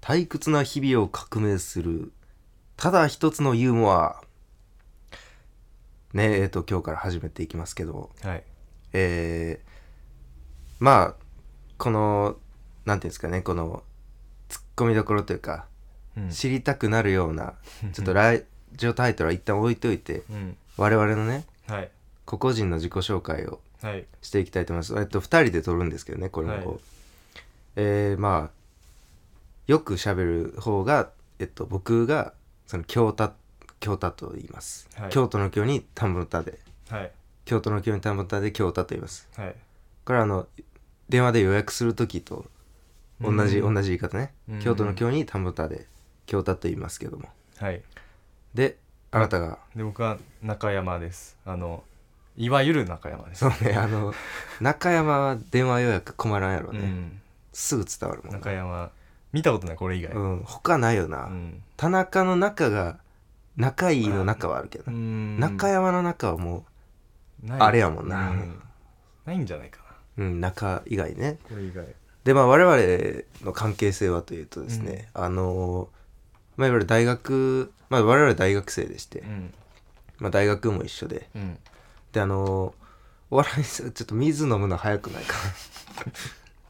退屈な日々を革命する、ただ一つのユーモア。ねえ、えっと、今日から始めていきますけど、はい。えー、まあ、この、なんていうんですかね、この、突っ込みどころというか、うん知りたくなるよう な、ちょっとラジオタイトルは一旦置いといて、うん。我々のね、はい。個々人の自己紹介をはい。していきたいと思います。えっと、2人で撮るんですけどね、これもこう。はいえーまあ、よく喋る方が、えっと、僕が、その、京太、京太と言います。はい京都の京に田んぼの田で、はい。京都の京に田んぼの田で京太と言います。はい。これは、あの、電話で予約する時と同じ、うん同じ言い方ねうん。京都の京に田んぼの田で、京太と言いますけども。はい。で、あなたが、で、僕は中山です。あの、いわゆる中山です。そうね、あの、中山は電話予約困らんやろうね。ん。すぐ伝わるもん中な。山。見たことない、これ以外。うん、他ないよな。うん。田中の中が仲いいの中はあるけどうな、ん中山の中はもないあれやもんなうないんじゃないかな。う、うん、中以外ねこれ以外。でまあ我々の関係性はというとですね、あのまあいわゆる大学、まあ、我々大学生でして、うん。まあ、大学も一緒でうん。であのお笑い さちょっと水飲むの早くない かな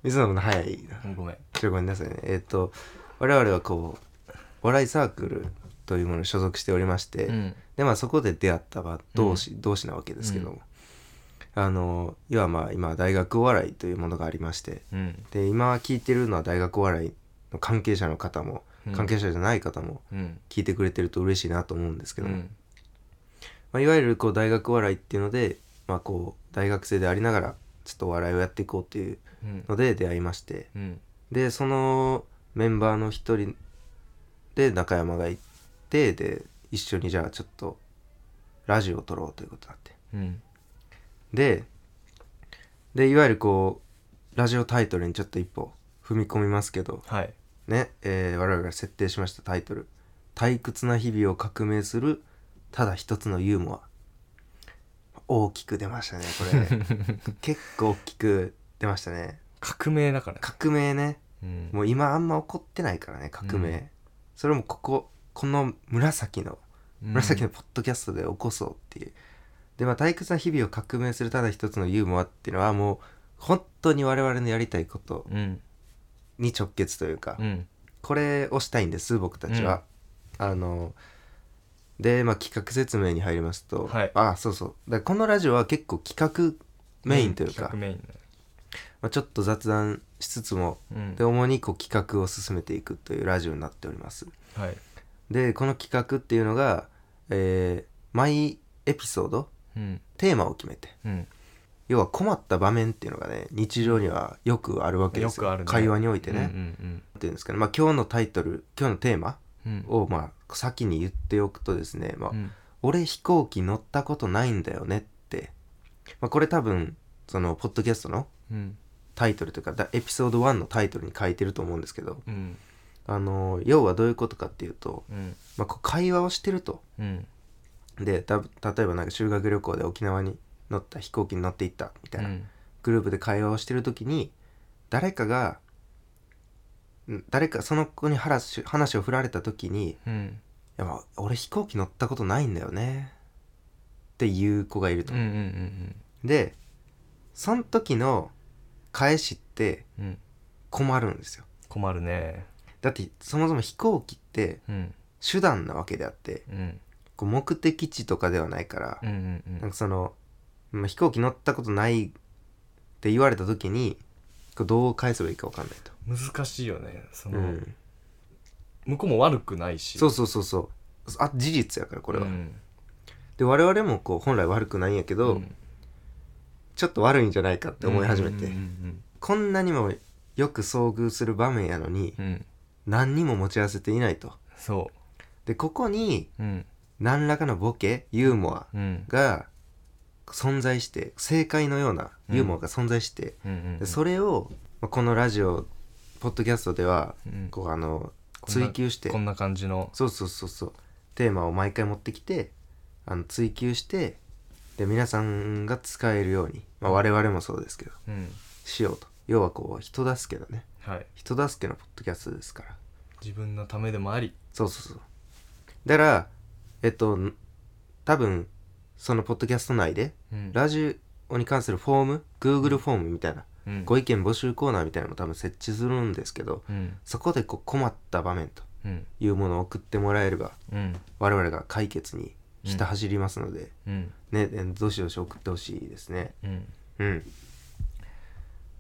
水飲むの早いなごめん。ちょっとごめんなさいねえっ、と我々はこうお笑いサークルというものに所属しておりまして、うん。でまあそこで出会った場同士、同士なわけですけども、あの要はまあ今大学お笑いというものがありましてうん。で今聞いてるのは大学お笑いの関係者の方もうん関係者じゃない方もうん。聞いてくれてると嬉しいなと思うんですけうども、ん。まあ、いわゆるこう大学お笑いっていうので、まあ、こう大学生でありながらちょっとお笑いをやっていこうっていううん。ので出会いましてうん。でそのメンバーの一人で中山が行ってで一緒にじゃあちょっとラジオを撮ろうということになってうん。ででいわゆるこうラジオタイトルにちょっと一歩踏み込みますけどはい。 ね、えー我々が設定しましたタイトル「退屈な日々を革命するただ一つのユーモア」大きく出ましたね これ結構大きく出ましたね革命だから。革命ねうん。もう今あんま起こってないからね革命、うんそれもこここの紫のうん紫のポッドキャストで起こそうっていう、でまあ退屈な日々を革命するただ一つのユーモアっていうのはもう本当に我々のやりたいことうん。に直結というか、うん。これをしたいんです僕たちは、あので、まあ、企画説明に入りますと、はいあそうそうだからこのラジオは結構企画メインというか、企画メインだね。まあ、ちょっと雑談しつつもうんで。主にこう企画を進めていくというラジオになっておりますはい。でこの企画っていうのが、えー毎エピソードうん。テーマを決めてうん。要は困った場面っていうのがね日常にはよくあるわけですよよくあるね会話においてね、うんなんていうんですかね、まあ、今日のタイトル今日のテーマうんうんをまあ先に言っておくとですね、まあうん俺飛行機乗ったことないんだよねって、まあ、これ多分そのポッドキャストのうんタイトルというかだエピソード1のタイトルに書いてると思うんですけど、うんあの要はどういうことかっていうと、うんまあ、こう会話をしてるとうんでた例えばなんか修学旅行で沖縄に乗った飛行機に乗って行ったみたいな、グループで会話をしてる時に誰かがん誰かその子に話話を振られた時に「うんいやまあ俺飛行機乗ったことないんだよねっていう子がいると、うんうんでその時の返しってうんうん困るんですよ困るねだってそもそも飛行機ってうん手段なわけであってうんこう目的地とかではないから、うんうんうなんんかその、まあ、飛行機乗ったことないって言われた時にこうどう返せばいいか分かんないと、難しいよねそうのん、向こうも悪くないしそううそうそうそうあ事実やからこれは、んで我々もこう本来悪くないんやけど、うんちょっと悪いんじゃないかって思い始めて、うんこんなにもよく遭遇する場面やのにうんうん何にも持ち合わせていないとそでここにううん何らかのボケユーモアうんが存在して正解のようなユーモアが存在して、うんうんでそれをまあこのラジオポッドキャストではうんこうあのこんな追求してこんな感じのそうそうそうそうテーマを毎回持ってきてあの追求してで皆さんが使えるように、まあ、我々もそうですけどうんしようと要はこう人助けだねはい人助けのポッドキャストですから自分のためでもありそうそうそうだからえっと多分そのポッドキャスト内でうんラジオに関するフォーム Google フォームみたいなうんご意見募集コーナーみたいなのも多分設置するんですけどうんそこでこう困った場面とうんいうものを送ってもらえればうん我々が解決にひた走りますので、うんねえどしどし送ってほしいですねうんうん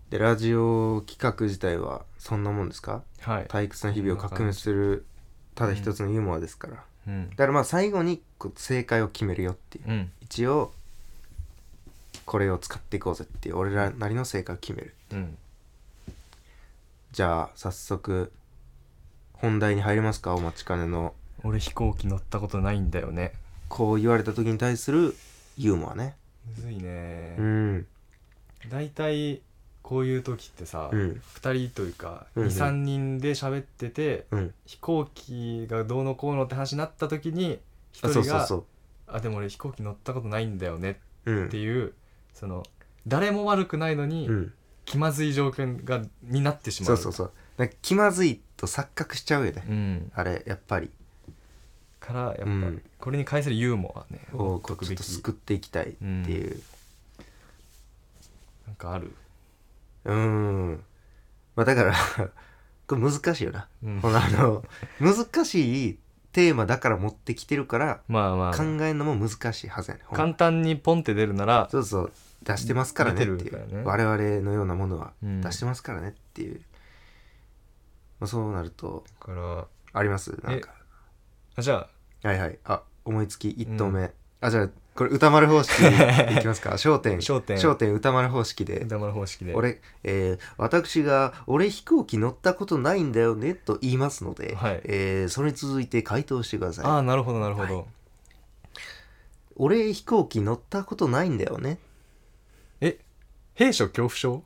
でラジオ企画自体はそんなもんですかはい退屈な日々を革命するただ一つのユーモアですから、うんだからまあ最後にこう正解を決めるよっていう、うん一応これを使っていこうぜっていう俺らなりの正解を決めるうんじゃあ早速本題に入りますかお待ちかねの俺飛行機乗ったことないんだよねこう言われた時に対するユーモアねむずいねうん大体こういう時ってさ、う二ん2人というか、うんうん23人で喋っててうん飛行機がどうのこうのって話になった時にあ1そうそ人うがそあでも俺飛行機乗ったことないんだよねううっんていう、その誰も悪くないのに、うん気まずい状況がになってしまそううそうそうなんか気まずいと錯覚しちゃうよね、うん、あれやっぱりからやっぱ、うんこれに対するユーモアねをこ解うくちょべっとき救っていきたいっていうなんかある、うんんまあだから これ難しいよな、うんこのあの難しいテーマだから持ってきてるからまあま考あえるのも難しいはずやねほんま簡単にポンって出るならそうそう出してますからねって出いてるからうね我々のようなものはうん出してますからねっていう、まあ、そうなるとだからありますなんかあじゃはいはいあ思いつき1投目、あじゃあこれ歌丸方式 いきますか焦点焦点焦点歌丸方式あで歌丸方式で俺、えー私が「俺飛行機乗ったことないんだよね」と言いますので、はいえーそれに続いて回答してくださいああなるほどなるほど、俺飛行機乗ったことないんだよねえ兵所恐怖症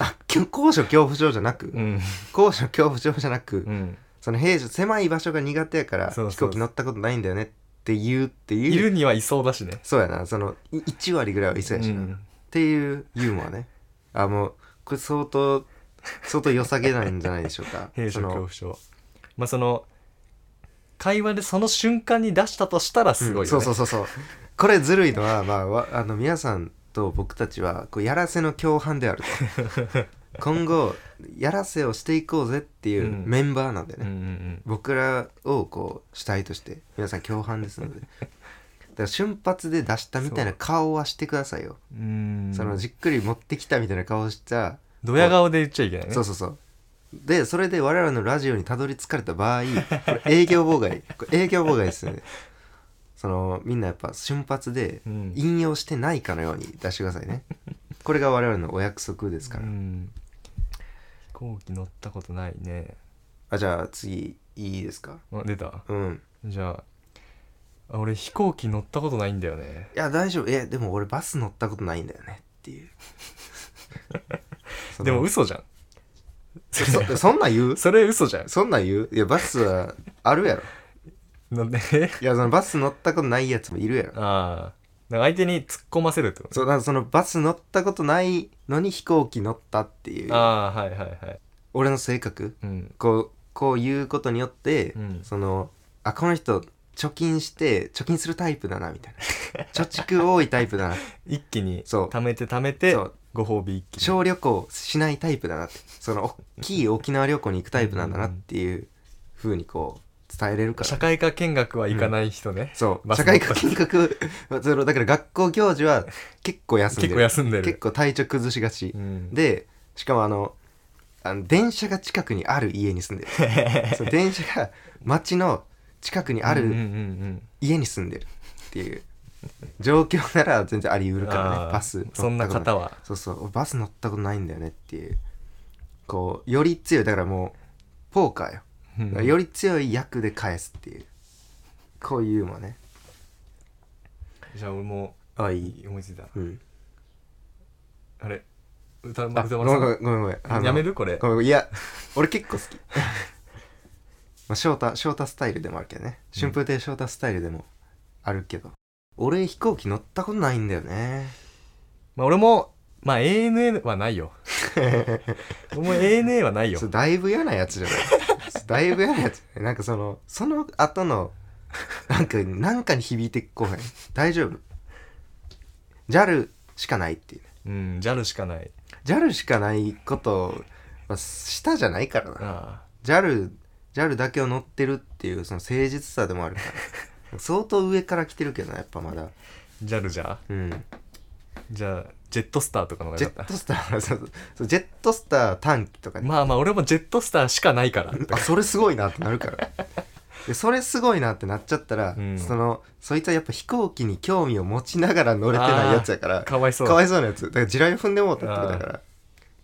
あきょ高所恐怖症じゃなく、うん高所恐怖症じゃなく、うんその平所狭い場所が苦手やからそうそう飛行機乗ったことないんだよねって言うっていういるにはいそうだしねそうやなそのい1割ぐらいはいそうやしな、うんっていうユーモアねあもうこれ相当相当良さげなんじゃないでしょう か兵所そ恐の怖症まあその会話でその瞬間に出したとしたらすうごいよ、ねんそうそうそうそうこれずるいのは、まあわ、あの皆さんと僕たちはこうやらせの共犯である と今後やらせをしていこうぜっていううんメンバーなんでね、うんうんうん僕らをこう主体として皆さん共犯ですのでだから瞬発で出したみたいな顔はしてくださいようーんそのじっくり持ってきたみたいな顔をしたドヤ顔で言っちゃいけないねそうそうそうでそれで我々のラジオにたどり着かれた場合これ営業妨害これ営業妨害ですよねそのみんなやっぱ瞬発でうん引用してないかのように出してくださいねこれが我々のお約束ですから、うん飛行機乗ったことないねあじゃあ次いいですかあ出たうんじゃああ俺飛行機乗ったことないんだよねいや大丈夫えでも俺バス乗ったことないんだよねって いうそのでも嘘じゃんそそそんなん言うそれ嘘じゃんそんなん言ういやバスはあるやろなんで えいやそのバス乗ったことないやつもいるやろああだから相手に突っ込ませるってことそうだからそのバス乗ったことないのに飛行機乗ったっていうああはいはいはい俺の性格うんこうこう言うことによって、うんそのあこの人貯金して貯金するタイプだなみたいな貯蓄多いタイプだな一気にそう貯めて貯めてそうご褒美一気に小旅行しないタイプだなってその大きい沖縄旅行に行くタイプなんだなっていうふうにこう伝えれるから社会科見学は行かない人ね、そうバス社会科見学 そのだから学校行事は結構休んでる結構休んでる結構体調崩しがち、うんでしかもあのあの電車が近くにある家に住んで るそう電車が町の近くにあうんうんうるん家に住んでるっていう状況なら全然あり得るからあねーバス乗ったことそんな方はいそうそう俺バス乗ったことないんだよねっていうこうより強いだからもうポーカーよ、うんうんより強い役で返すっていうこういうもねじゃあ俺もあいい思いついたうんあれ歌あ丸ごさめんごめんんごめんごめんあのやめるこれごめんごめんいや俺結構好き まあ翔太翔太スタイルでもあるけどね春風亭翔太スタイルでもあるけど、俺飛行機乗ったことないんだよねまあ俺もまあ ANA はないよ俺も ANA はないよそうだいぶ嫌なやつじゃないだいぶ嫌なやつねなんかそのその後のなんかなんかに響いてこうへん大丈夫 JAL しかないっていうねうん、JAL しかない。 JAL しかないことはしたじゃないからなあ JAL, JAL だけを乗ってるっていうその誠実さでもあるから相当上から来てるけどなやっぱまだあ、JAL じゃうんじゃあ、ジェットスターとかの方がジよェかッったト。スターそうそうジェットスター短期とかねまあまあ、俺もジェットスターしかないから。あそれすごいなってなるから でそれすごいなってなっちゃったら、うんそのそいつはやっぱ飛行機に興味を持ちながら乗れてないやつやからかわいそう。かわいそうなやつだから地雷踏んでもうたってことだからま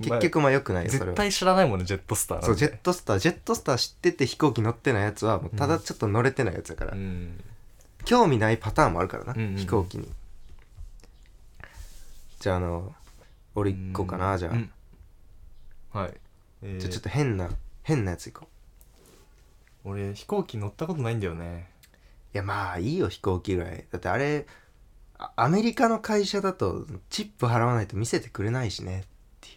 結あ局まあよくないよそれ絶は対知らないもんね、ジェットスターなんてそうジェットスタージェットスター知ってて飛行機乗ってないやつはもうただちょっと乗れてないやつやから、うん。興味ないパターンもあるからな、うんうん飛行機にじゃああの俺行こうかな、じゃあ、うんはい。えーじゃあちょっと変な変なやつ行こう俺、飛行機乗ったことないんだよね。いやまあいいよ飛行機ぐらいだってあれあアメリカの会社だとチップ払わないと見せてくれないしねっていう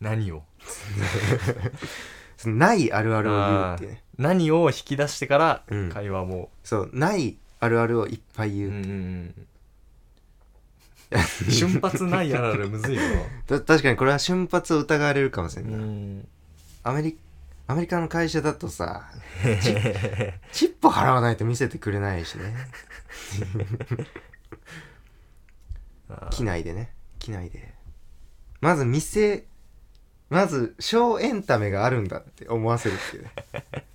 何をそのないあるあるを言うっていうね何を引き出してからうん会話も、そうないあるあるをいっぱい言う、う んうんうん、瞬発ないやられむ ずいよた確かにこれは瞬発を疑われるかもしれな、なうい、ん、アメリアメリカの会社だと さチチップ払わないと見せてくれないしねあ機内でね機内でまず店まず小エンタメがあるんだって思わせるっていうね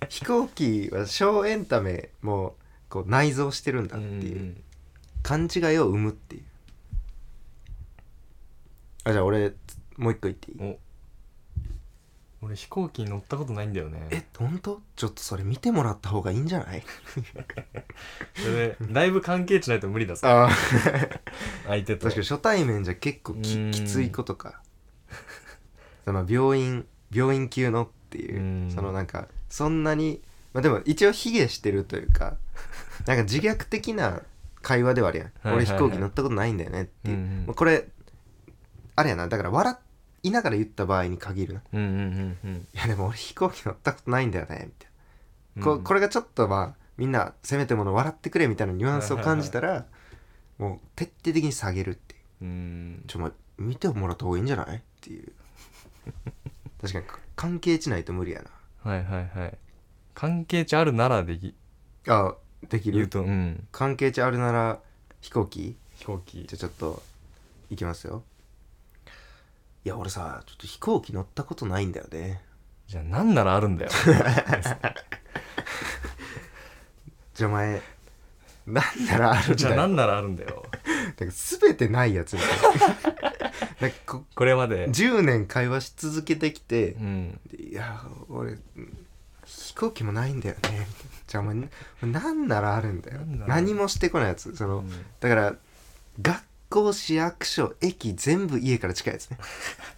飛行機は小エンタメもこう内蔵してるんだっていう、うん勘違いを生むっていうあじゃあ俺もう一個言っていいお俺飛行機に乗ったことないんだよねえ本当ちょっとそれ見てもらった方がいいんじゃないそれでだいぶ関係値ないと無理ださああ相手と確かに初対面じゃ結構うきんきついことか まあ病院病院級のっていううんそのなんかそんなにまあでも一応卑下してるというか なんか自虐的な会話ではあるやんはいはいはい俺飛行機乗ったことないんだよねっていう、うんうんまあこれあれやなだから笑いながら言った場合に限るなうんうんうんいやでも俺飛行機乗ったことないんだよねみたいうんな、ここれがちょっとまあみんなせめてもの笑ってくれみたいなニュアンスを感じたらもう徹底的に下げるっていううんちょ、ま、見てもらった方がいいんじゃないって いう確かに関係値ないと無理やなはいはいはい関係値あるならできあでき言うるとうん関係値あるなら飛行機飛行機じゃあちょっと行きますよいや俺さちょっと飛行機乗ったことないんだよねじゃあ何ならある んだよじゃあお前なんならあるんじゃだあよ何ならあるんだよなんか全てない やつみたいななんかここれまで10年会話し続けてきてうん「いや俺うん飛行機もないんだよねみたい な」じゃあお前何ならあるんだよなんなら何もしてこないやつその、うんだから学校市役所駅全部家から近いですね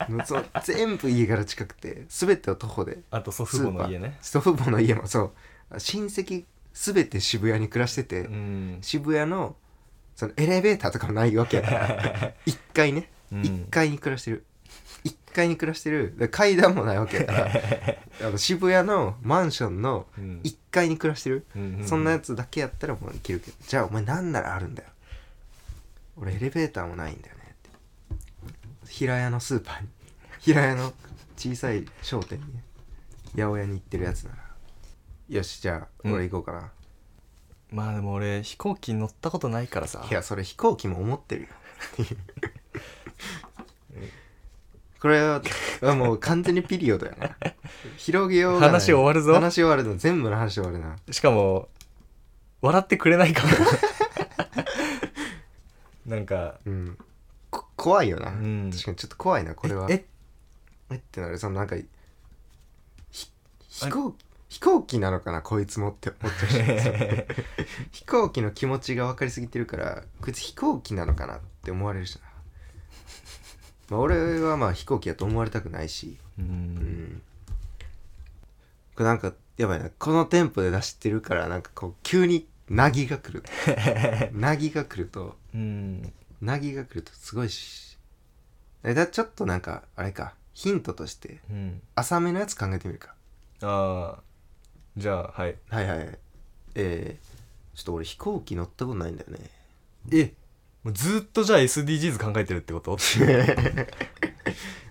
もう そう全部家から近くて全てを徒歩であと祖父母の家ねスーパー祖父母の家もそう親戚全て渋谷に暮らしてて、うん渋谷のそのエレベーターとかもないわけや から1階ね、うん一1階に暮らしてる1階に暮らしてるだから階段もないわけやから あの渋谷のマンションのうん1階に暮らしてる、うんうんそんなやつだけやったらもういけるけどじゃあお前何ならあるんだよ俺エレベーターもないんだよねって平屋のスーパーに平屋の小さい商店にね八百屋に行ってるやつならよしじゃあ俺行こうかな、まあでも俺飛行機乗ったことないからさいやそれ飛行機も思ってるよこれはもう完全にピリオドやな広げようがない話終わるぞ話終わるの全部の話終わるなしかも笑ってくれない かもなんかうんこ怖いよな、うん確かにちょっと怖いなこれはええってなるそのなんかひ飛行飛行機なのかなこいつもって 思っちゃうし飛行機の気持ちが分かりすぎてるからこいつ飛行機なのかなって思われるしな、まあ、俺はまあ飛行機だと思われたくないしううんんこれなんかやばいなこのテンポで出してるからなんかこう急になぎが来るなぎが来るとうんなぎが来るとすごいしえだちょっとなんかあれかヒントとしてうん浅めのやつ考えてみるかああじゃあはいはいはいえー、ちょっと俺飛行機乗ったことないんだよねえもうずっとじゃあ SDGs 考えてるってこと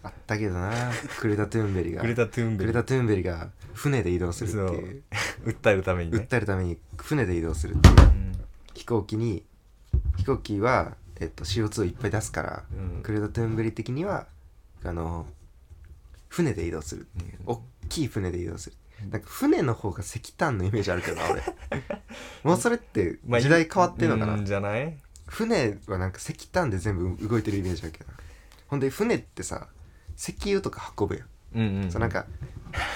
あったけどなクレタ・トゥーンベリがグレタ・トゥーングベレリタトゥーンベリが船で移動するっていう訴えるためにね、訴えるために船で移動するっていううん飛行機に飛行機は、えっと、CO2 をいっぱい出すから、うんクレタトゥーンベリ的にはあの船で移動するっていう、大きい船で移動するなんか船の方が石炭のイメージあるけどな 俺もうそれってまあ時代変わってんのかな、うんじゃない船はなんか石炭で全部動いてるイメージあるけどなほんで船ってさ石油とか運ぶやん、うんうんそうなんか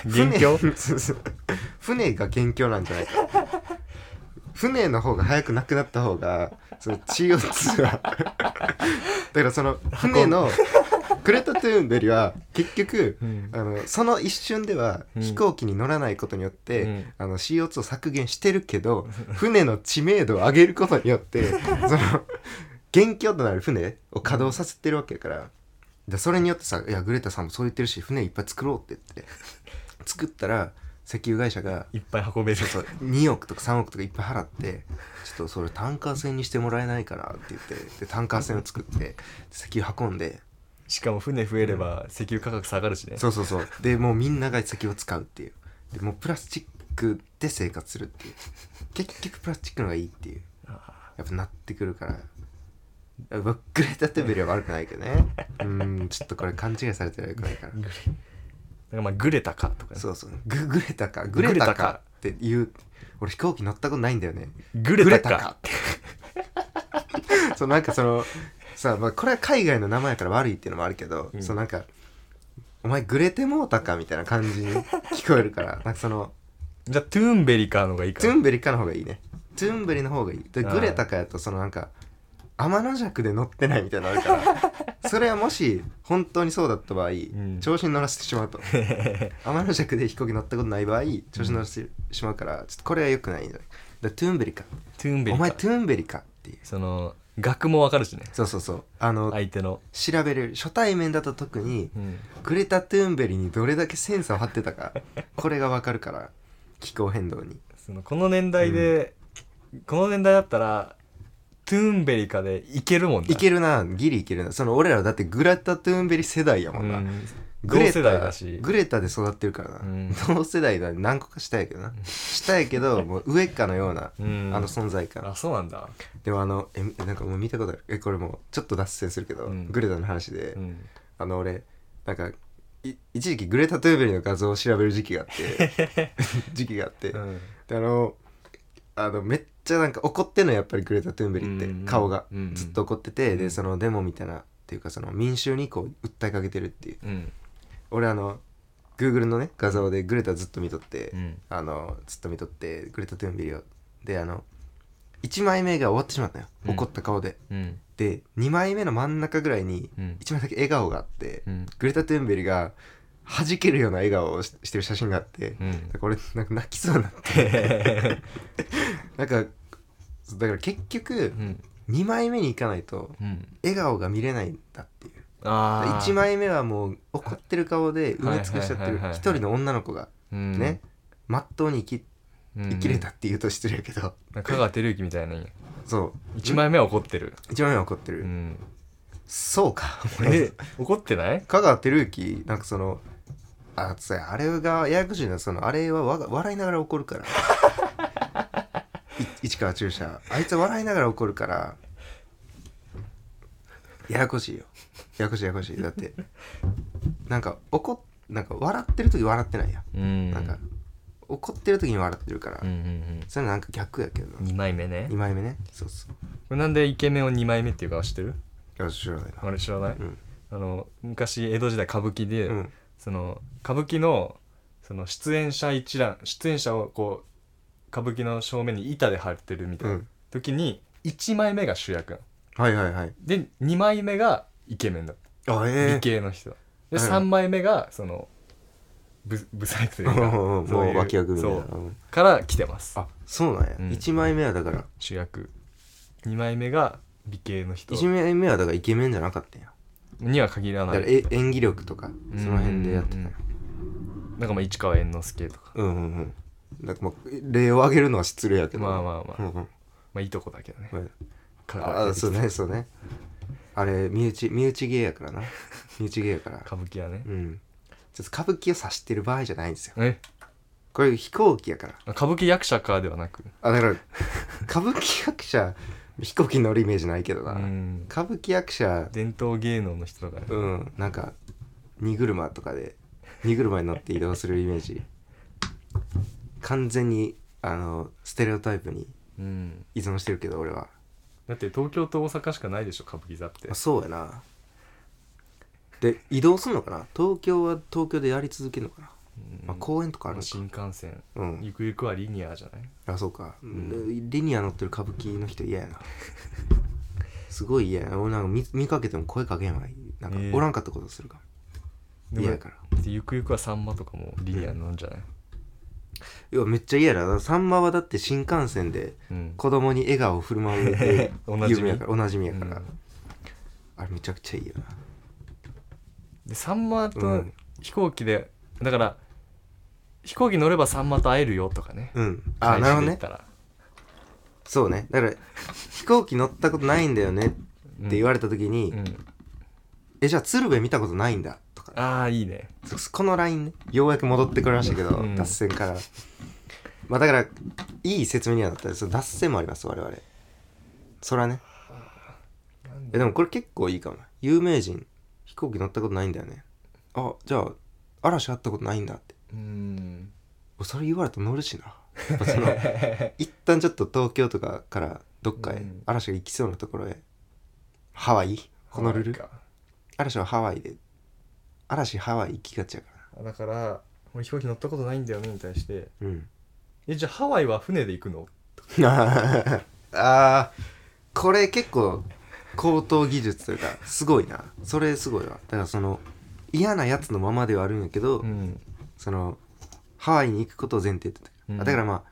元凶船 そうそう船が元凶なんじゃないか船の方が早くなくなった方がその CO2 は だからその船のクレタトゥーンベリは結局、うんあのその一瞬ではうん飛行機に乗らないことによって、うんあの CO2 を削減してるけど船の知名度を上げることによ ってその元凶となる船を稼働させてるわけやからでそれによってさ「いやグレタさんもそう言ってるし船いっぱい作ろう」って言って作ったら石油会社がいっぱい運べるそう2億とか3億とかいっぱい払ってちょっとそれタンカー船にしてもらえないかなって言ってでタンカー船を作ってで石油運んでしかも船増えれば石油価格下がるしねそうそうそうでもうみんなが石油を使うっていうでもうプラスチックで生活するっていう結局プラスチックの方がいいっていうあやっぱなってくるからあ僕グレタ・トゥーンベリは悪くないけどねうんちょっとこれ勘違いされてるよくないからーグレなんかまあグレタかとかねそうそうググレタかググレレタかタかっていう俺飛行機乗ったことないんだよね グレタかグレタかそうなんかそのさ、まあ、これは海外の名前やから悪いっていうのもあるけど、うんそのなんか「お前グレてもうたか」みたいな感じに聞こえるからなんかそのじゃあトゥーンベリかの方がいいかトゥーンベリかの方がいいねトゥーンベリの方がいいであーグレタかやとそのなんか天の弱で乗ってないみたいなのあるから それはもし本当にそうだった場合、ん調子に乗らせてし まうと天の弱で飛行機乗ったことない場合調子に乗らせてしまうからちょっとこれは良くないんじゃないだからトゥーンベリかトゥーンベおリ前かトゥーンベリかっていうその額もわかるしねそうそうそうあの、相手の、調べれる初対面だと特にうん、グレタ・トゥーンベリにどれだけセンサーを張ってたかこれがわかるから気候変動にそのこの年代で、この年代だったらトゥーンベリかでいけるもんないけるなギリいけるなその俺らだってグレタ・トゥーンベリ世代やもんな、うんグレ同世代だしグレタで育ってるからな、うん同世代だ何個かしたいけどなしたいけ どもう上かのような、うんあの存在感あそうなんだ、でもあのえなんかもう見たことあるえこれもうちょっと脱線するけど、うんグレタの話で、うん、あの俺なんかい一時期グレタ・トゥーンベリの画像を調べる時期があって 時期があって、うんであのあのめっちゃなんか怒ってんのやっぱりグレタ・トゥーンベリって、うんうん顔がうんうんずっと怒ってて、うでんそのデモみたいなっていうかその民衆にこう訴えかけてるっていううん俺あの Google のね画像でグレタずっと見とって、うんあのずっと見とってグレタ・トゥーンベリをであの1枚目が終わってしまったよ、うん怒った顔でうんで2枚目の真ん中ぐらいにうん1枚だけ笑顔があって、うんグレタ・トゥーンベリが弾けるような笑顔をししてる写真があって、うんなんか俺なんか泣きそうになってなんかそうだから結局うん2枚目に行かないとうん笑顔が見れないんだっていうあ1枚目はもう怒ってる顔で埋め尽くしちゃってはいはいるはいはい一人の女の子が枚ね、まっとうに生き生きれたって言うと失礼やけど、香川照之みたいなそう1枚目は怒ってる、 1枚目は怒ってる、うん、そう か え怒ってない香川照之なんかそのあつあれがややこしいなそのあれはわが笑いながら怒るからい市川中車あいつは笑いながら怒るからややこしいよややこしいややこしいだってなんか怒っなんか笑ってる時笑ってないや、うんなんか怒ってる時に笑ってるから、うんうんそれなんか逆やけどうん2枚目ね2枚目ねそうそうこれなんでイケメンを2枚目っていうか知ってるいや知らないなあれ知らない、うんあの昔江戸時代歌舞伎で、うんその歌舞伎のその出演者一覧出演者をこう歌舞伎の正面に板で貼ってるみたいうなん時に1枚目が主役なのはいはいはいで2枚目がイケメンだったあえ美形の人ではい3枚目がそのブブサイクとえいうか もうそい脇役みたいなそううんから来てますあそうなんや、うん1枚目はだから主役2枚目が美形の人1枚目はだからイケメンじゃなかったんや、には限らなだからいえ演技力とかその辺でやってたうんなんかまあ市川猿之助とかうんうんうんなんかまあ例を挙げるのは失礼やけど、まあまあまうあんうんまあいいとこだけどねごめん香あ川あそうねそうねあれ身内身内芸やから な身内芸やから歌舞伎はねうんちょっと歌舞伎を指してる場合じゃないんですよえこれ飛行機やから歌舞伎役者かではなくあだから 歌舞伎役者飛行機乗るイメージないけどうな、ん歌舞伎役者伝統芸能の人とかねうんなんか荷車とかで荷車に乗って移動するイメージ完全にあのステレオタイプにうん依存してるけど俺はだって東京と大阪しかないでしょ歌舞伎座ってあそうやなで移動すんのかな東京は東京でやり続けるのかな、うんまあ、公園とかあるまあの新か幹線うんゆくゆくはリニアじゃないあそうか、んでリニア乗ってる歌舞伎の人嫌やなすごい嫌やな俺なんか見見かけても声かけんわなんか、ええおらんかったことするかも嫌やからでゆくゆくはサンマとかもリニアに乗るんじゃない、いやめっちゃ嫌だなさんまはだって新幹線でうん子供に笑顔を振る舞う っておなじみ有名やからおなじみやから、うんあれめちゃくちゃいいよでサンマうとん飛行機で、だから飛行機乗ればサンマと会えるよとかね、なうんあ会なるほど社で行ねったらそうねだから飛行機乗ったことないんだよねってうん言われた時に「うん、えじゃあ鶴瓶見たことないんだ」とかああいいねそこのラインねようやく戻ってこれましたけど、うん脱線からまあだからいい説明にはなったです脱線もあります我々そらねえでもこれ結構いいかも有名人飛行機乗ったことないんだよねあじゃあ嵐会ったことないんだってうんそれ言われたら乗るし なやっぱその一旦ちょっと東京とかからどっかうへん嵐が行きそうなところへハワイホノルルか嵐はハワイで嵐ハワイ行きがちやかあだから俺飛行機乗ったことないんだよねに対してらうん えじゃあハワイは船で行くのああこれ結構高等技術というかすごいなそれすごいわだからその嫌なやつのままではあるんやけど、んそのハワイに行くことを前提って言ってた、うんあだからまあ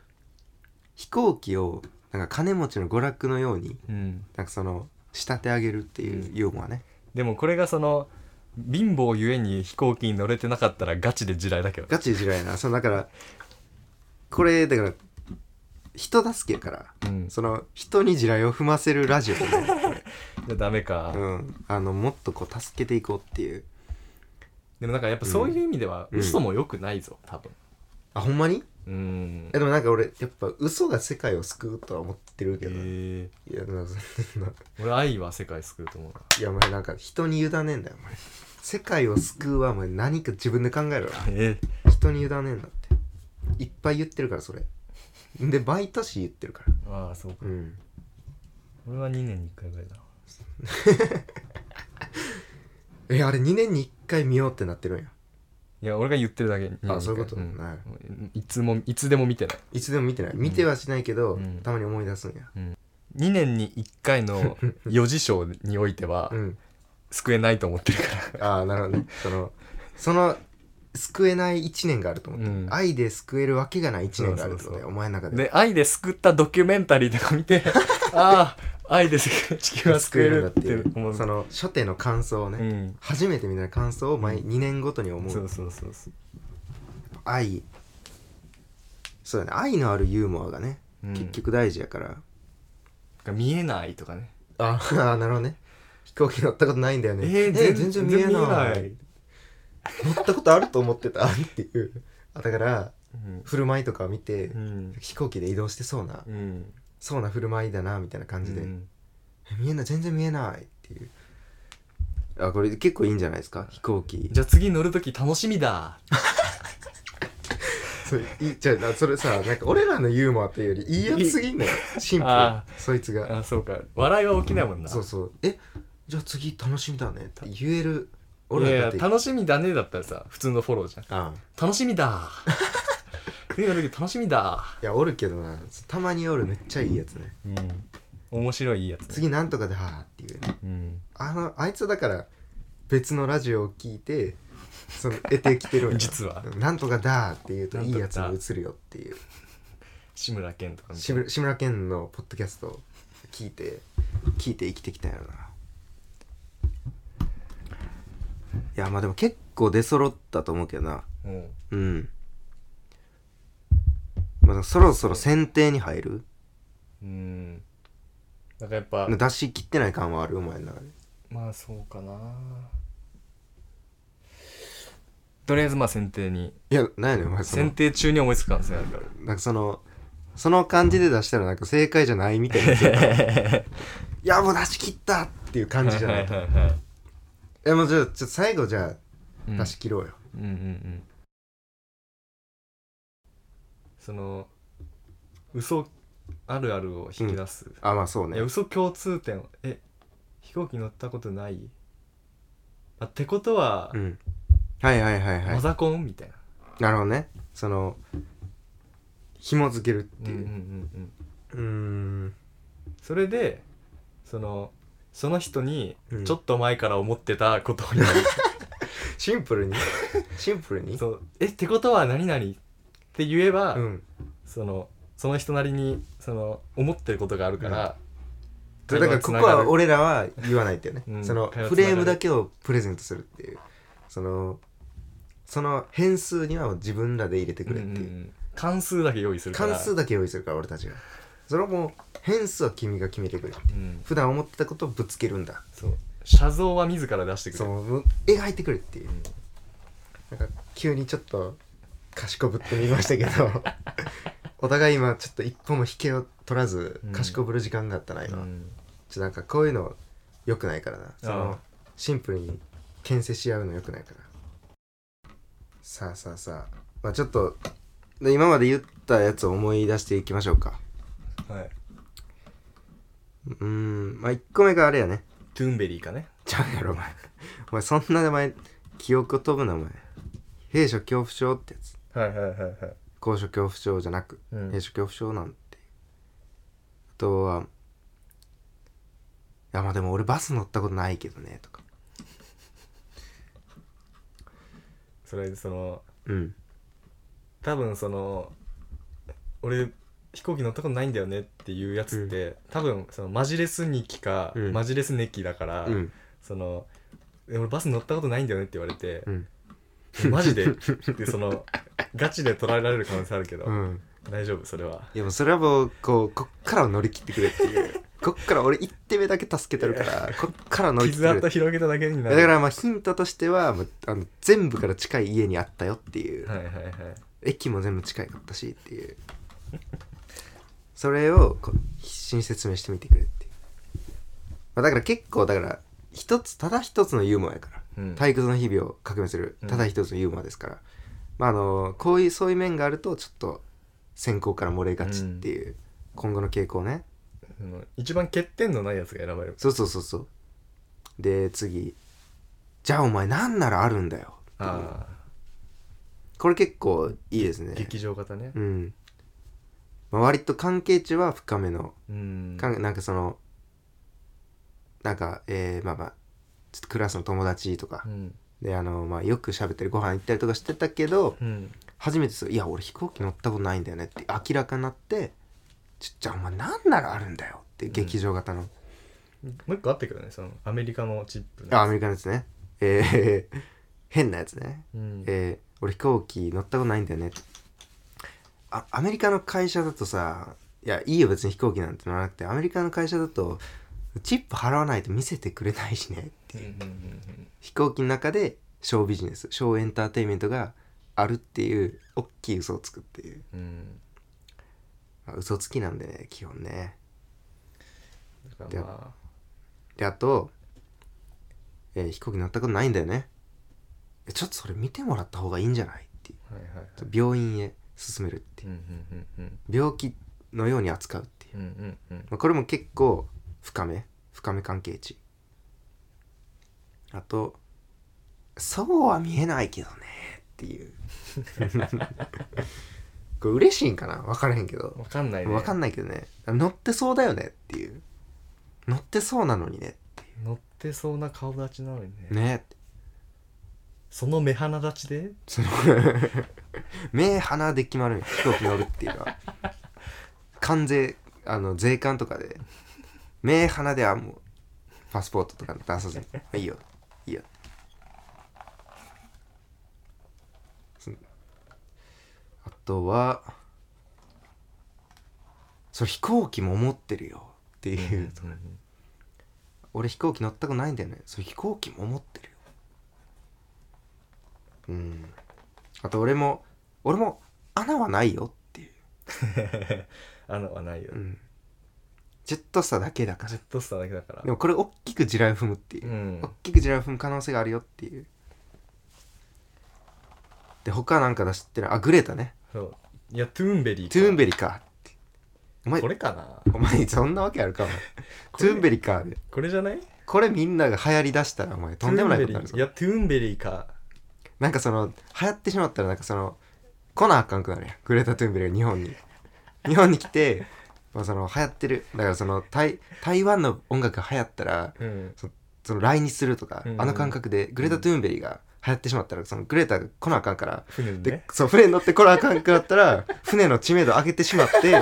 飛行機をなんか金持ちの娯楽のようにうんなんかその仕立て上げるっていうユーモアね、でもこれがその貧乏ゆえに飛行機に乗れてなかったらガチで地雷だけどガチで嫌いなそのだからこれだから人助けやから、うんその人に地雷を踏ませるラジオみたいな、じゃあダメか、うん、あのもっとこう助けていこうっていうでもなんかやっぱそういう意味ではうん嘘も良くないぞ、多分あほんまにうんえでもなんか俺やっぱ嘘が世界を救うとは思ってるけど、えいやなんかそんなー、俺愛は世界救うと思うないやお前なんか人に委ねんだよお前世界を救うはお前何か自分で考えろえ人に委ねんだっていっぱい言ってるからそれで毎年言ってるからー、ああそうかうん俺は2年に1回ぐらいだえあれ2年に1回見ようってなってるんやいや俺が言ってるだけにあそういうことんはいつもいつでも見てないいつでも見てない見てはしないけど、うんたまに思い出すんや2年に1回の四次賞においてはうん救えないと思ってるかああなるほどねそのその救えない1年があると思ってる、うん愛で救えるわけがない1年があるってことそうそうねそうお前の中らでで愛で救ったドキュメンタリーとか見 てああ愛で救う地球は救えるって思うその初手の感想をね、うん初めてみたいな感想を毎2年ごとに思うそうそうそうそう愛そうだね愛のあるユーモアがね、うん結局大事やから見えないとかねあ あなるほどね飛行機乗ったことないんだよねえー全然見えない乗ったことあると思ってたっていうあだからうん振る舞いとかを見て、うん飛行機で移動してそうなうんそうな振る舞いだなみたいな感じで、うんえ見えない全然見えないっていうあこれ結構いいんじゃないですか飛行機じゃあ次乗るとき楽しみだそれ いいじゃあそれさなんか俺らのユーモアというよりいいやつすぎんだよシンプルあそいつがあそうか笑いは起きないもんなそうそうえじゃあ次楽しみだねって言えるい俺やらだっいてや楽しみだねだったらさ普通のフォローじゃんああ楽しみ だ次乗るとき楽しみだいやおるけどなたまにおるめっちゃいいやつねうん面白いやつ次なんとかではあっていうねうんあのあいつだから別のラジオを聞いてその得てきてるんや実はなんとかだーって言うとなんいいとかやだつに映るよっていう志村けんとかみた志いな村志村けんのポッドキャストを聞いて聞いて生きてきたんやろないやまあでも結構出揃ったと思うけどなうんうんまあ、そろそろ選定に入るうんだからやっぱ出し切ってない感はあるお前の中でまあそうかなとりあえずまあ選定にいやないのよお前そ選の定中に思いつくんですねだからなんかそのその感じで出したらなんか正解じゃないみたい ないやもう出し切ったっていう感じじゃないい はいはいはいやもうじゃあちょっと最後じゃうあん出し切ろうよ、うんうんうんその嘘あるあるを引き出す、あまあそういやね嘘共通点はえ飛行機乗ったことないあってことは、うんはいはいはいはいマザコンみたいな、なるほどねその紐付けるってうんいうんううんうんうーんそれでそのその人にうんちょっと前から思ってたことを言われる、 シンプ ルにシンプルにそうえってことは何々って言えば、うんそのその人なりにその思ってることがあるから、だからここは俺らは言わないってよね、うんその会話つながるフレームだけをプレゼントするっていうそのその変数にはもう自分らで入れてくれっていう、うんうんうん関数だけ用意するから関数だけ用意するから俺たちがそれはもう変数は君が決めてくれってうん普段思ってたことをぶつけるんだそう写像は自ら出してくれそのむ描いてくれっていう、なんか急にちょっと賢ぶってみましたけど お互い今ちょっと一歩も引けを取らずうん賢ぶる時間があったなう今、ちょんっとなんかこういうの良くないからなそああのシンプルに牽制し合うの良くないからさあさあさあまあちょっとで今まで言ったやつを思い出していきましょうかはい、うーんまあ1個目があれやねトゥーンベリーかねちゃうやろお前お前そんな名前記憶飛ぶなお前閉所恐怖症ってやつはいはいはいはい高所恐怖症じゃなくうん閉所恐怖症なんてあとはいやまあでも俺バス乗ったことないけどねとかそれそのうん多分その俺飛行機乗ったことないんだよねっていうやつって、多分そのマジレスニキか、うんマジレスネキだから、うんそのえ俺バス乗ったことないんだよねって言われてう、んマジでってそのガチで捉えられる可能性あるけど、うん大丈夫それはいやもうそれはもうこうこっからを乗り切ってくれっていう こっから俺一手目だけ助けてるからこっから乗り切っ傷てく跡 れ広げただけになだかるらまあヒントとしてはもうあの全部から近い家にあったよっていうはいはいはい駅も全部近かったしっていうそれをこう必死に説明してみてくれっていう、まあ、だから結構だから一つただ一つのユーモアやから、うん退屈な日々を革命するうんただ一つのユーモアですから、まああのこういうそういう面があるとちょっと先行から漏れがちっていう、今後の傾向ねその一番欠点のないやつが選ばれるそうそうそうそうで次じゃあお前何ならあるんだよっていうああこれ結構いいですね劇場型ねうん、まあ、割と関係値は深めの、うんかんなんかそのなんかえー、まあまあちょっとクラスの友達とかう、んであのまあよく喋ってるご飯行ったりとかしてたけどうん初めてそういや俺飛行機乗ったことないんだよねって明らかになってちょじゃあお前何ならあるんだよっていう劇場型の、もう一個あったけどねそのアメリカのチップねあアメリカのやつねえー、 変なやつねうんえー俺飛行機乗ったことないんだよねあアメリカの会社だとさいやいいよ別に飛行機なんて乗らなくてアメリカの会社だとチップ払わないと見せてくれないしねうんうんうん飛行機の中でショービジネスショーエンターテインメントがあるっていう大きい嘘をつくっていう、うんうんまあ、嘘つきなんでね基本ねだからまであと、えー飛行機乗ったことないんだよねえちょっとそれ見てもらった方がいいんじゃないっていうあはいはいはい病院へ進めるっていううんうんうんうん病気のように扱うっていううんうんうんまあこれも結構深め深め関係値あとそうは見えないけどねっていうこれ嬉しいんかな分からへんけどわかんないね分かんないけどね乗ってそうだよねっていう乗ってそうなのにね乗ってそうな顔立ちなのにねねってその目鼻立ちでその目鼻で決まるんよ飛行機乗るっていうのは関税あの税関とかで目鼻ではもうパスポートとか出さずに「いいよいいよ」そあとはそう飛行機も持ってるよっていう、その俺飛行機乗ったことないんだよねそう飛行機も持ってるようんあと俺も俺も穴はないよっていう、 穴はないよ、うん、ジェットスターだけだかジェットスターだけだかららでもこれ大きく地雷を踏むっていうう、ん大きく地雷を踏む可能性があるよっていうで他なんか出してるあグレータねそういやトゥーンベリートゥーンベリリかお前これかなお前そんなわけあるかお前トゥーンベリかでこれじゃないこれみんなが流行りだしたらお前とんでもないことになるトぞゥーンベリーいやトゥーンベリーかなんかその流行ってしまったらなんかその来なあかんくなるやんグレタ・トゥーンベリが日本に日本に来て、まあ、その流行ってるだからその台台湾の音楽が流行ったらうんその来日するとか、うんあの感覚でグレタ・トゥーンベリが流行ってしまったらそのグレタが来なあかんから船でで、ねそう船に乗って来なあかんくなったら船の知名度上げてしまって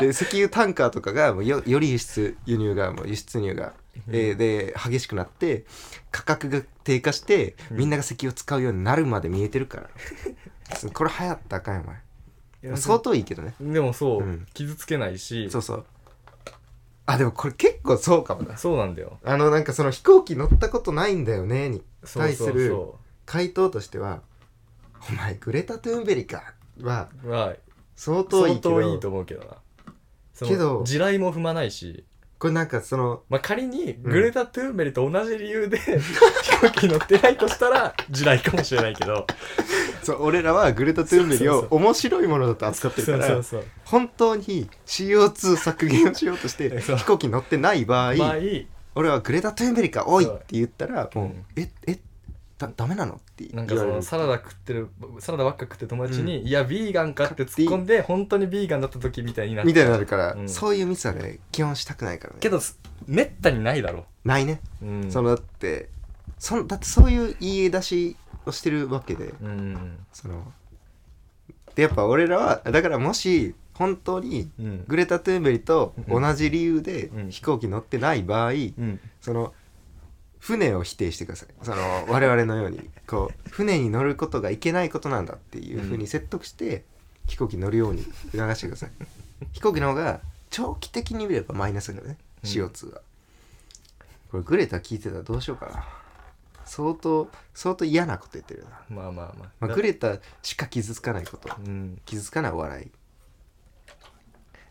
で石油タンカーとかがもうよより輸出輸入がもう輸出入が、えーで激しくなって価格が低下してうんみんなが石油を使うようになるまで見えてるから、 そうこれ流行ったらあかんよいおや前相当いいけどねでもそう、うん傷つけないしそうそうあでもこれ結構そうかもなそうなんだよあのなんかその飛行機乗ったことないんだよねにそう対すそうるそ回答としては「お前グレタ・トゥーンベリか」はうは相当い相いけ当どいいと思うけどなそのけど地雷も踏まないしこれなんかそのまあ、仮にグレタ・トゥーンベリと同じ理由で、 飛行機乗ってないとしたら地雷かもしれないけどそう俺らはグレタ・トゥーンベリそうをそ面白いものだと扱ってるかそうそうらそう本当に CO2 削減 をしようとしてそう飛行機乗ってない場合場合い俺はグレタ・トゥーンベリかおいっそうて言ったらもううん「ええだダメなの?」って言なわんかそれのるサラダ食ってるサラダばっか食ってる友達に、いやビーガンかって突っ込んで本当にビーガンだった時みたいになっみたいになるからうんそういうミスはね基本したくないからねけどすめったにないだろ、ないねうん、そのだってそんだってそういう言い出しをしてるわけでうんそのでやっぱ俺らはだからもし本当にうんグレタ・トゥーンベリと同じ理由でうん飛行機乗ってない場合、うんその船を否定してくださいその我々のようにこう船に乗ることがいけないことなんだっていうふうに説得して飛行機乗るように促してください飛行機の方が長期的に見ればマイナスだよねうん CO2 は、これグレタ聞いてたらどうしようかな相当相当嫌なこと言ってるな、まあまあまあ、まあ、グレタしか傷つかないことうん傷つかないお笑い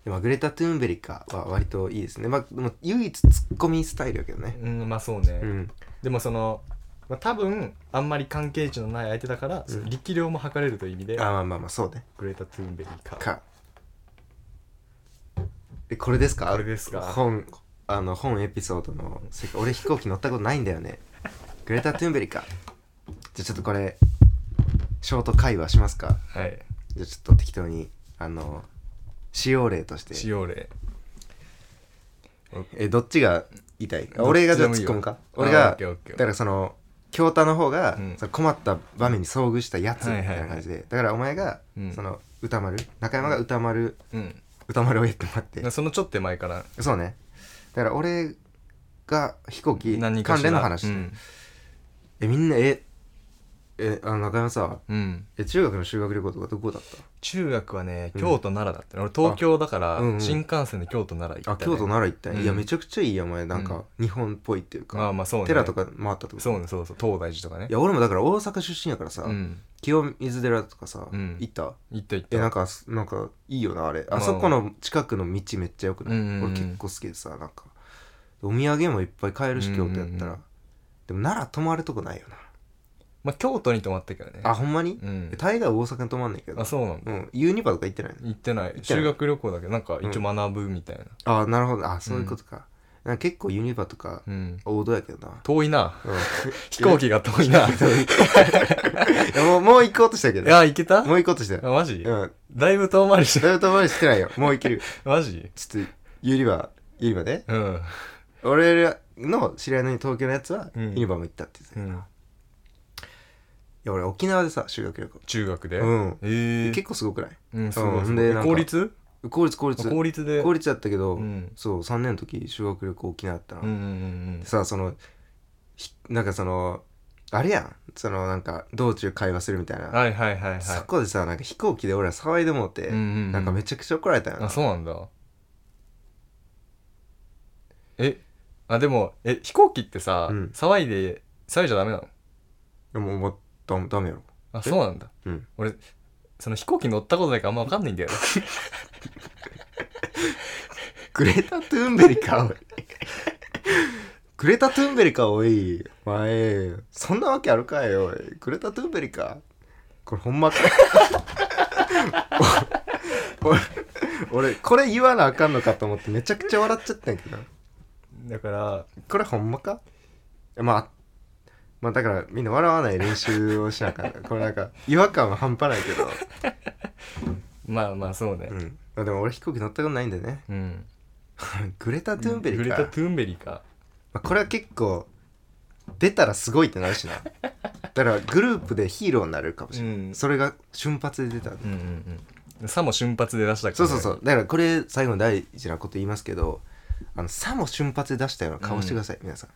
でもグレタ・トゥーンベリカは割といいですねまあでも唯一ツッコミスタイルやけどねうんまあそうね、うんでもその、まあ、多分あんまり関係値のない相手だから、うん力量も測れるという意味であまあまあまあそうねグレタ・トゥーンベリーかかえこれですかこれですか本あの本エピソードの世界俺飛行機乗ったことないんだよ ねグレタ・トゥーンベリカじゃあちょっとこれショート会話しますかはいじゃあちょっと適当にあの使用例として使用例えどっちが言いたいどっちでもいいよ俺がじゃあ突っ込むか俺あーオがッケーオッケーだからその京太の方が、うんその困った場面に遭遇したやつみはいはいたはいいな感じで、だからお前が、うんその歌丸中山が歌丸、うん歌丸をやってもらって、そのちょっと手前からそうねだから俺が飛行機何かし関ら連の話、うん、えみんなええあの中山さうんえ中学の修学旅行とかどこだっ中学はねうん京都奈良だったね、俺東京だから、うんうん新幹線で京都奈良た行あった、ね、京都奈良行ったね、うんいやめちゃくちゃいいやお前なんか、日本っぽいっていうまか、あまあそうね寺とか回ったってことそうねそうそう東大寺とかねいや俺もだから大阪出身やからさ、うん清水寺とかさ、うん行った行った行っえたなんかすなんかいいよなあれまああそこの近くの道めっちゃよくない、うんうんうん俺結構好きでさなんかお土産もいっぱい買えるし京都やったら、うんうんうんでも奈良泊まるとこないよな、まあ京都に泊まったけどねあほんまにう、んえ大概大阪に泊まんねんけどあそうなんだ、うん、ユニバとか行ってないの行ってない行ってない修学旅行だけどなんか一応学ぶみたいなあなるほどあそういうことか,、なんか結構ユニバとかうん王道やけどな、遠いなうん、い飛行機が遠 いないやもう もう行こうとしたけどや行けたもう行こうとしたあよ、マジうん、だいぶ遠回りしてだいぶ泊まりしてないよもう行けるマジちょっとユニバユニバでうん俺らの知り合いの東京のやつはうんユニバも行ったって言ってたうよんな、いや俺沖縄でさ修学旅行中学でうんええ結構すごくないうんすごういんすごいでえなんか公立公立公立公立で公立だったけど、うんそう3年の時修学旅行沖縄だったの、うんうんうんでさそのひなんかそのあれやんそのなんか道中会話するみたいな、うんはいはいはいはいそこでさなんか飛行機で俺ら騒いでもうて、うんうんうんなんかめちゃくちゃ怒られたよあなそうなんだえあでもえ飛行機ってさ、うん騒いで騒いじゃダメなのでももうダメダメやろあそうなんだうん俺その飛行機乗ったことないからあんま分かんないんだよねグレタ・トゥーンベリかおいグレタ・トゥーンベリかおい前そんなわけあるかいおいグレタ・トゥーンベリかこれほんまかお俺俺これ言わなあかんのかと思ってめちゃくちゃ笑っちゃったんやけどだからこれほんまかまあまあだからみんな笑わない練習をしなあかんこれなんか違和感は半端ないけどまあまあそうねうんまあでも俺飛行機乗ったことないんでねうん、グレタ・トゥーンベリかグレタ・トゥーンベリーかまあ、これは結構出たらすごいってなるしな だからグループでヒーローになれるかもしれない、うんそれが瞬発で出た、うんうんうんさも瞬発で出したからそうそうそうだからこれ最後に大事なこと言いますけどあのさも瞬発で出したような顔してください、皆さん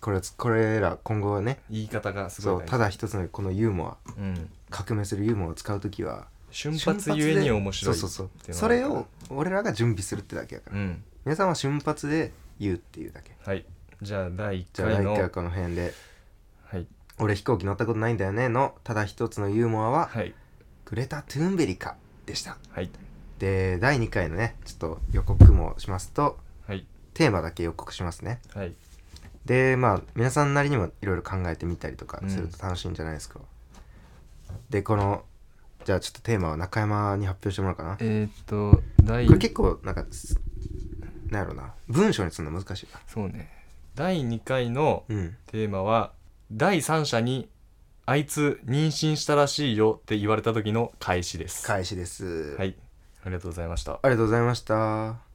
これはこれら今後はね言い方がすそうごい大事ただ一つのこのユーモアうん、革命するユーモアを使う時は瞬発ゆえに面白いそうそうっそてういそれを俺らが準備するってだけやかうら、のがあるからうん皆さんは瞬発で言うっていうだけはいじゃあ第1じゃあ回来の回はこの辺ではい「俺飛行機乗ったことないんだよね」のただ一つのユーモアははいグレタ・トゥーンベリかでしたはいで第2回のねちょっと予告もしますとはいテーマだけ予告しますねはいでまあ皆さんなりにもいろいろ考えてみたりとかすると楽しいんじゃないですか、でこのじゃあちょっとテーマは中山に発表してもらおうかなえー、っと第これ結構なんかすなんやろな文章にするの難しいなそうね第2回のうんテーマは第三者にあいつ妊娠したらしいよって言われた時の開始です開始です、はいありがとうございましたありがとうございました